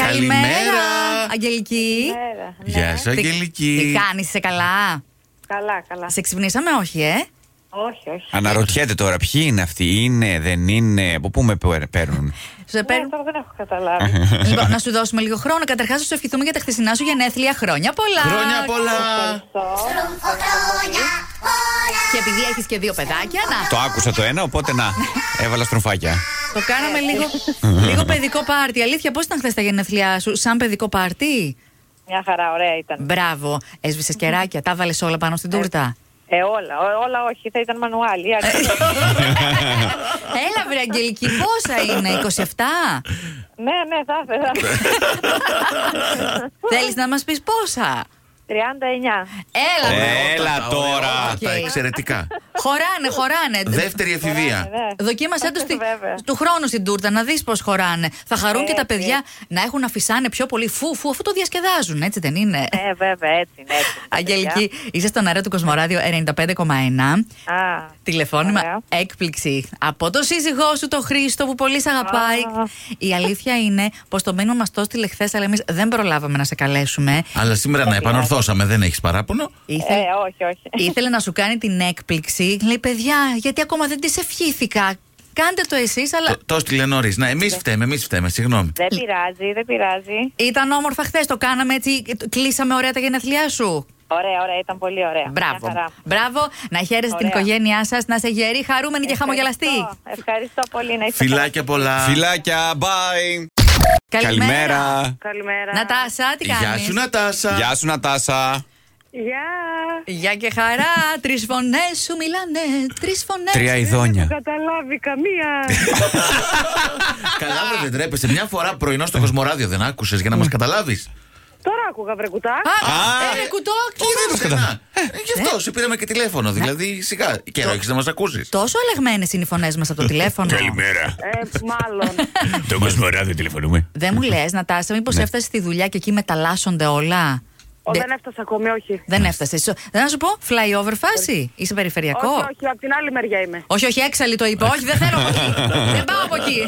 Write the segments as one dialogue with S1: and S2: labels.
S1: Καλημέρα.
S2: Αγγελική.
S3: Μέρα. Ναι.
S1: Γεια σου,
S2: Τι
S1: Αγγελική.
S2: κάνεις, είσαι καλά.
S3: Καλά, καλά.
S2: Σε ξυπνήσαμε, όχι, ε.
S3: Όχι, όχι. Ναι,
S1: Αναρωτιέται τώρα, ποιοι είναι αυτοί, είναι, δεν είναι, από πού με πε- παίρνουν.
S2: Σε
S3: Ναι,
S2: παίρνω.
S3: τώρα δεν έχω καταλάβει.
S1: Ναι.
S2: Λοιπόν, να σου δώσουμε λίγο χρόνο. Καταρχάς, σου ευχηθούμε για τα χθεσινά σου γενέθλια. Χρόνια πολλά.
S1: Χρόνια πολλά!
S3: Ευχαριστώ.
S2: Και επειδή έχεις και δύο παιδάκια, να.
S1: Το άκουσα το ένα, οπότε να, έβαλα στροφάκια.
S2: Το κάναμε λίγο, λίγο παιδικό πάρτι. Αλήθεια, πώς ήταν χθες τα γενέθλιά σου, σαν παιδικό πάρτι.
S3: Μια χαρά, ωραία ήταν.
S2: Μπράβο. Έσβησες κεράκια, τα βάλες όλα πάνω στην τούρτα.
S3: Ε, όλα, ό- όλα όχι, θα ήταν μανουάλι. Η άλλη-
S2: Έλα, βρε Αγγελική, πόσα είναι, 27.
S3: ναι, ναι, θα ήθελα.
S2: Θέλεις να μας πεις πόσα.
S3: 39.
S2: Έλα, βρε.
S1: Έλα
S4: τα
S1: τώρα.
S4: ωραία, Τα εξαιρετικά.
S2: Χωράνε, χωράνε.
S4: Δεύτερη εφηβεία.
S3: Ναι.
S2: Δοκίμασέ το στη-
S3: Βέβαια.
S2: του χρόνου στην τούρτα να δεις πώς χωράνε. Θα χαρούν και τα
S3: Έτσι.
S2: παιδιά να έχουν να φυσάνε πιο πολύ φου, φου, αφού το διασκεδάζουν, έτσι δεν είναι.
S3: Ε, βέβαια, έτσι είναι. έτσι ναι, είναι τα
S2: Αγγελική, είσαι στον αέρα του Κοσμοράδιο 95,1.
S3: παιδιά. Α,
S2: Τηλεφώνημα
S3: Ωραία.
S2: έκπληξη από το σύζυγό σου, το Χρήστο, που πολύ σε αγαπάει.
S3: Α.
S2: Η αλήθεια είναι πως το μήνυμα μας το έστειλε χθες, αλλά εμείς δεν προλάβαμε να σε καλέσουμε.
S4: Αλλά σήμερα να επανορθώσαμε, δεν έχεις παράπονο.
S2: Ήθελε,
S3: ε, όχι, όχι.
S2: ήθελε να σου κάνει την έκπληξη. Λέει, παιδιά, γιατί ακόμα δεν τη ευχήθηκα. Κάντε το εσείς, αλλά.
S4: Το- Το έστειλε νωρί. Να,
S2: Ναι.
S4: εμεί φταίμε, εμείς φταίμε, συγγνώμη.
S3: Δεν πειράζει, δεν πειράζει.
S2: Ήταν όμορφα χθες, το κάναμε έτσι. Κλείσαμε ωραία τα γενέθλιά σου.
S3: Ωραία, ωραία, ήταν πολύ ωραία.
S2: Μπράβο.
S3: Μια χαρά.
S2: Μπράβο. Να χαίρεσαι την
S3: Ωραία.
S2: οικογένειά σας, να είσαι γερή, χαρούμενη και χαμογελαστή.
S3: Ευχαριστώ, Ευχαριστώ πολύ να είστε
S4: Φιλάκια πολλά.
S1: Φιλάκια, bye. Καλημέρα.
S3: Καλημέρα.
S2: Νατάσα, τι κάνει.
S4: Γεια σου, Νατάσα.
S1: Γεια σου, Νατάσα.
S3: Γεια.
S2: Γεια και χαρά, τρεις φωνές σου μιλάνε. Τρεις φωνές.
S1: Τρία ειδόνια.
S3: Καταλάβει καμία.
S4: Καλά, βρε, δεν τρέπεσαι. Μια φορά πρωινό στο Κοσμοράδιο δεν άκουσες για να
S1: Ναι.
S4: μα καταλάβεις.
S3: Τώρα άκουγα βρεκουτά.
S2: Α,
S1: Α,
S2: ε, ρε, κουτό,
S4: Δεν
S2: κλείσαμε.
S4: Ε, Γι' αυτό
S2: Ναι.
S4: σε πήραμε και τηλέφωνο. Δηλαδή, σιγά. Καιρό έχεις να μας ακούσεις.
S2: Τόσο αλλαγμένε είναι οι φωνές μας από το τηλέφωνο.
S1: Καλημέρα.
S3: Ε, μάλλον.
S2: Ναι.
S1: Το Κοσμοράδιο τηλεφωνούμε.
S2: Δεν μου λες, Νατάσα, μήπω έφτασες στη δουλειά και εκεί μεταλλάσσονται όλα.
S3: Ο,
S2: Δε-
S3: δεν έφτασα ακόμη, όχι.
S2: Δεν έφτασε. Σω- Δεν να σου πω, flyover φάση. Είσαι περιφερειακό.
S3: Όχι, όχι, από την άλλη μεριά είμαι.
S2: Όχι, όχι, έξαλλη το είπα. Όχι, δεν θέλω από εκεί. δεν πάω από εκεί.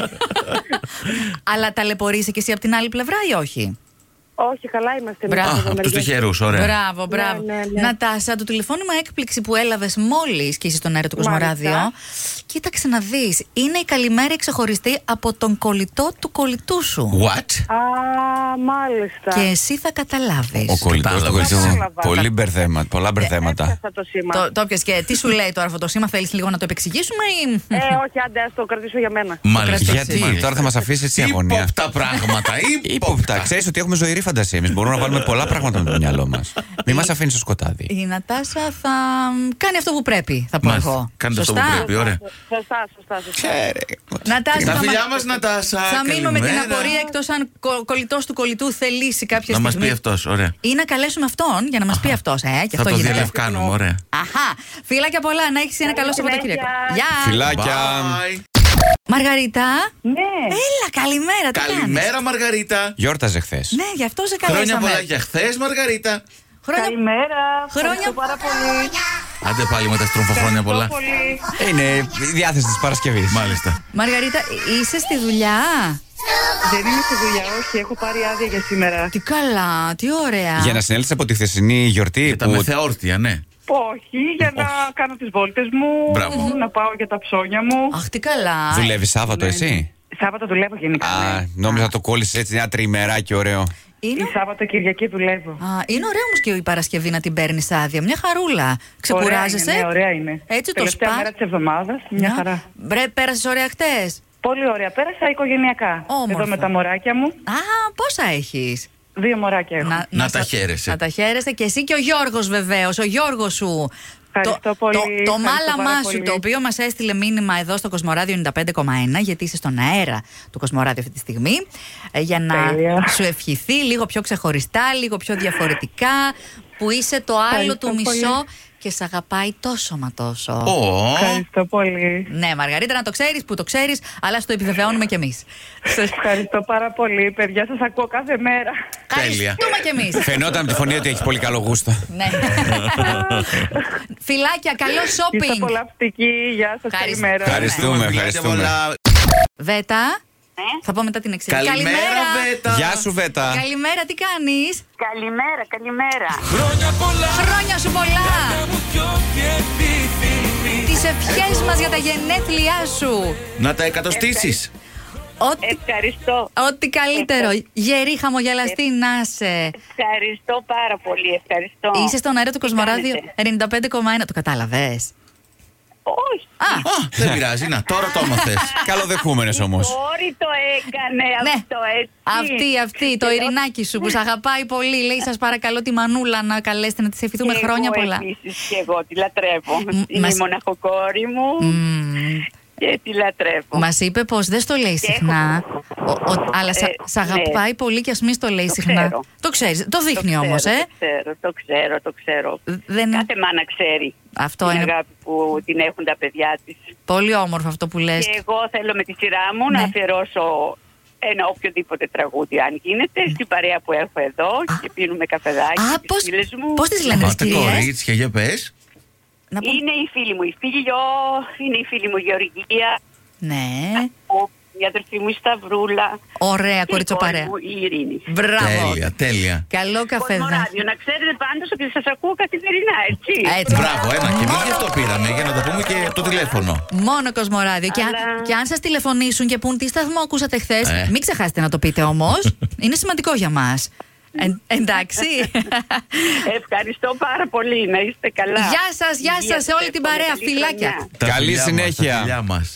S2: Αλλά ταλαιπωρείσαι και εσύ από την άλλη πλευρά ή όχι.
S3: Όχι, καλά είμαστε. εμείς
S2: Μπράβο.
S3: εδώ
S2: Α,
S4: Από του
S3: μεριά.
S4: τυχερούς, ωραία.
S2: Μπράβο, μπράβο.
S3: Ναι, ναι, ναι.
S2: Νατάσα, το τηλεφώνημα έκπληξη που έλαβες μόλις και είσαι στον αέρα του
S3: Μάλιστα.
S2: Κοσμοράδιο. Κοίταξε να δεις. Είναι η καλημέρα ξεχωριστή από τον κολλητό του κολλητού σου.
S4: What?
S3: Α, μάλιστα.
S2: Και εσύ θα καταλάβεις.
S1: Ο κολλητός
S4: Κατάλαβα.
S1: του κολλητού.
S3: Κατάλαβα.
S1: Πολύ μπερδέματα, πολλά μπερδέματα.
S3: Έφτασα το σήμα.
S2: Το, το έπιασες και τι σου λέει τώρα αυτό το σήμα, θέλεις λίγο να το επεξηγήσουμε ή.
S3: Ε, όχι, άντε, ας το κρατήσω για μένα.
S4: Μάλιστα.
S1: Γιατί τώρα θα μας αφήσεις έτσι αγωνία.
S4: Υπόπτα πράγματα.
S1: Υπόπτα. Ξέρεις ότι έχουμε ζωηρή φαντασία. Εμείς μπορούμε να βάλουμε πολλά πράγματα με το μυαλό μας. Μην μας αφήνεις στο σκοτάδι.
S2: Η Νατάσα θα κάνει αυτό που πρέπει, θα πω
S4: Μάλιστα.
S2: εγώ.
S4: Κάντε αυτό που
S2: Σωστά.
S4: πρέπει, ωραία.
S3: Σωστά, σωστά, σωστά.
S2: Νατάσα,
S4: Τα
S2: θα,
S4: φιλιά
S2: μα-
S4: μας, Νατάσα.
S2: θα μείνουμε με την
S4: καλημέρα.
S2: απορία εκτός αν κο, κολλητός του κολλητού θελήσει κάποια
S4: Να μας
S2: στιγμή.
S4: πει αυτός, ωραία.
S2: Ή να καλέσουμε αυτόν για να μας πει αυτός. Ε, και
S4: Θα
S2: αυτό
S4: το
S2: γίνεται.
S4: διαλευκάνουμε, ωραία.
S2: Αχά. Φιλάκια πολλά, να έχεις ένα καλό
S3: συνέχεια.
S2: Σαββατοκύριακο. Γεια.
S1: Φιλάκια.
S4: Bye.
S2: Μαργαρίτα.
S3: Ναι.
S2: Έλα, καλημέρα. τι κάνεις?
S4: Καλημέρα, Μαργαρίτα.
S1: Γιόρταζε χθες.
S2: Ναι, γι' αυτό σε
S4: Χρόνια
S2: καλέσαμε.
S4: πολλά για χθες, Μαργαρίτα.
S2: Χρόνια...
S3: Καλημέρα.
S2: Χρόνια
S3: Ευχαριστώ πάρα πολύ.
S4: Άντε πάλι με τα στρούφα χρόνια πολλά.
S3: Ευχαριστώ πολύ.
S1: Είναι η διάθεση της Παρασκευής.
S4: Μάλιστα.
S2: Μαργαρίτα, είσαι στη δουλειά.
S3: Δεν είμαι στη δουλειά, όχι. Έχω πάρει άδεια για σήμερα.
S2: Τι καλά, τι ωραία.
S1: Για να συνέλθεις από τη χθεσινή γιορτή
S4: Και τα
S1: που.
S4: μεθεόρτια, ναι.
S3: Όχι, για να κάνω τις βόλτες μου,
S4: Μπράβο.
S3: να πάω για τα ψώνια μου.
S2: Αχ, τι καλά.
S1: Δουλεύεις Σάββατο, εσύ.
S3: Σάββατο δουλεύω γενικά. ναι.
S1: Α, νόμιζα το κόλλησες έτσι ένα τριμεράκι ωραίο.
S2: Είναι...
S3: Ή Σάββατο Κυριακή δουλεύω.
S2: Α, είναι ωραία όμως και η Παρασκευή να την παίρνεις άδεια. Μια χαρούλα. Ξεκουράζεσαι.
S3: Ωραία είναι, ναι, ωραία είναι.
S2: Έτσι το
S3: Τελευταία
S2: σπα.
S3: μέρα της εβδομάδας, μια χαρά.
S2: Μπρε, πέρασες ωραία χτες.
S3: Πολύ ωραία. Πέρασα οικογενειακά.
S2: Όμορφα.
S3: Εδώ με τα μωράκια μου.
S2: Α, πόσα έχεις.
S3: Δύο μωράκια έχω.
S4: Να τα χαίρεσαι.
S2: Να τα χαίρεσαι και εσύ και ο Γιώργος βεβαίως. Ο Γιώργος σου.
S3: Ευχαριστώ
S2: το,
S3: πολύ,
S2: το, το
S3: ευχαριστώ
S2: μάλαμά
S3: πάρα
S2: σου,
S3: πολύ.
S2: το οποίο μας έστειλε μήνυμα εδώ στο Κοσμοράδιο 95,1, γιατί είσαι στον αέρα του Κοσμοράδιο αυτή τη στιγμή, ε, για να
S3: Τέλεια.
S2: σου ευχηθεί λίγο πιο ξεχωριστά, λίγο πιο διαφορετικά, που είσαι το άλλο
S3: Ευχαριστώ
S2: του μισό
S3: πολύ.
S2: και σε αγαπάει τόσο μα τόσο.
S4: Ω,
S3: Ευχαριστώ πολύ.
S2: Ναι, Μαργαρίτα, να το ξέρεις που το ξέρεις, αλλά στο επιβεβαιώνουμε κι εμείς.
S3: Σας ευχαριστώ πάρα πολύ, παιδιά. Σας ακούω κάθε μέρα.
S4: Τέλεια.
S2: Ευχαριστούμε κι εμείς.
S1: Φαινόταν από τη φωνή ότι έχει πολύ καλό γούστο.
S2: Ναι. Φιλάκια, καλό
S3: Είστε
S2: shopping.
S3: απολαυστικοί. Γεια σας.
S2: Ευχαριστώ.
S3: Καλημέρα.
S2: Ευχαριστούμε,
S4: Φιλάκια
S1: ευχαριστούμε.
S4: πολλά.
S2: Βέτα,
S5: Ναι.
S2: Θα πω μετά την εξή.
S4: Καλημέρα, Βέτα.
S1: Γεια σου, Βέτα.
S2: Καλημέρα, τι κάνεις.
S5: Καλημέρα, καλημέρα.
S2: Χρόνια σου πολλά. Τις ευχές μας για τα γενέθλιά σου.
S4: Να τα εκατοστήσεις.
S2: Ό,τι,
S5: Ε, Ευχαριστώ.
S2: ό,τι καλύτερο.
S5: Ε,
S2: Γερή, χαμογελαστή να είσαι.
S5: Ευχαριστώ πάρα πολύ. Ευχαριστώ.
S2: Είσαι στον αέρα του
S5: Τι
S2: Κοσμοράδιο
S5: κάνετε?
S2: 95,1. Το κατάλαβες.
S5: Όχι.
S2: Α,
S4: Α, δεν πειράζει. Να, τώρα το έμαθες.
S1: Καλοδεχούμενες όμως.
S5: Sorry, το έκανε
S2: Ναι.
S5: αυτό έτσι.
S2: Αυτή, αυτή, το ειρηνάκι σου που σε αγαπάει πολύ. Λέει, σας παρακαλώ τη μανούλα να καλέσετε να της
S5: Και
S2: ευχηθούμε χρόνια
S5: εγώ
S2: πολλά.
S5: Επίσης, και εγώ τη λατρεύω. Είναι
S2: μας-
S5: η μοναχοκόρη μου και τη λατρεύω.
S2: Μας είπε πως δεν στο λέει
S5: Και
S2: συχνά, ο- ο- αλλά σα,
S5: Ε,
S2: σ' αγαπάει πολύ και ας μην στο λέει
S5: Το
S2: συχνά.
S5: ξέρω.
S2: Το ξέρεις. Το
S5: Το
S2: δείχνει
S5: ξέρω,
S2: όμως, ε.
S5: Το ξέρω, το ξέρω, το ξέρω.
S2: Δεν-
S5: Κάθε μάνα ξέρει
S2: Αυτό
S5: την
S2: είναι.
S5: αγάπη που την έχουν τα παιδιά της.
S2: Πολύ όμορφο αυτό που λες.
S5: Και εγώ θέλω με τη σειρά μου
S2: Ναι.
S5: να αφιερώσω ένα οποιοδήποτε τραγούδι αν γίνεται στην παρέα που έχω εδώ και πίνουμε καφεδάκι
S2: Ναι. Α,
S5: με
S2: πώς-
S5: τις φίλες μου.
S2: πώς τις λένε? τις
S4: Πάτε
S2: κυρίες.
S4: κορίτσια, για πες.
S2: Να πούμε-
S5: Είναι η φίλη μου η Φίλιο, είναι η φίλη μου η Γεωργία,
S2: Ναι.
S5: ο- η αδερφή μου η
S2: Ε,
S5: Σταυρούλα.
S2: Ωραία,
S5: και η κόρη
S2: κοριτσοπαρέα.
S5: μου η Ειρήνη.
S2: Μπράβο.
S4: Τέλεια, τέλεια.
S2: Καλό καφεδάκι.
S5: Κοσμοράδιο, να ξέρετε πάντως ότι σας ακούω καθημερινά, έτσι.
S2: Έτσι.
S4: Μπράβο, ένα και εμεί γι' αυτό πήραμε για να τα πούμε και από το τηλέφωνο.
S2: Μόνο Κοσμοράδιο. Και, αν-
S5: Αλλά-
S2: και αν σας τηλεφωνήσουν και πούν τι σταθμό ακούσατε χθες,
S4: Ε.
S2: μην ξεχάσετε να το πείτε όμως. Είναι σημαντικό για μας. εντάξει.
S5: Ευχαριστώ πάρα πολύ. Να είστε καλά.
S2: Γεια σας, γεια σας σε όλη την παρέα.
S5: Καλή
S2: Φιλάκια.
S5: χρονιά.
S4: Τα
S1: Καλή
S4: φιλιά μας,
S1: συνέχεια.
S4: τα φιλιά μας.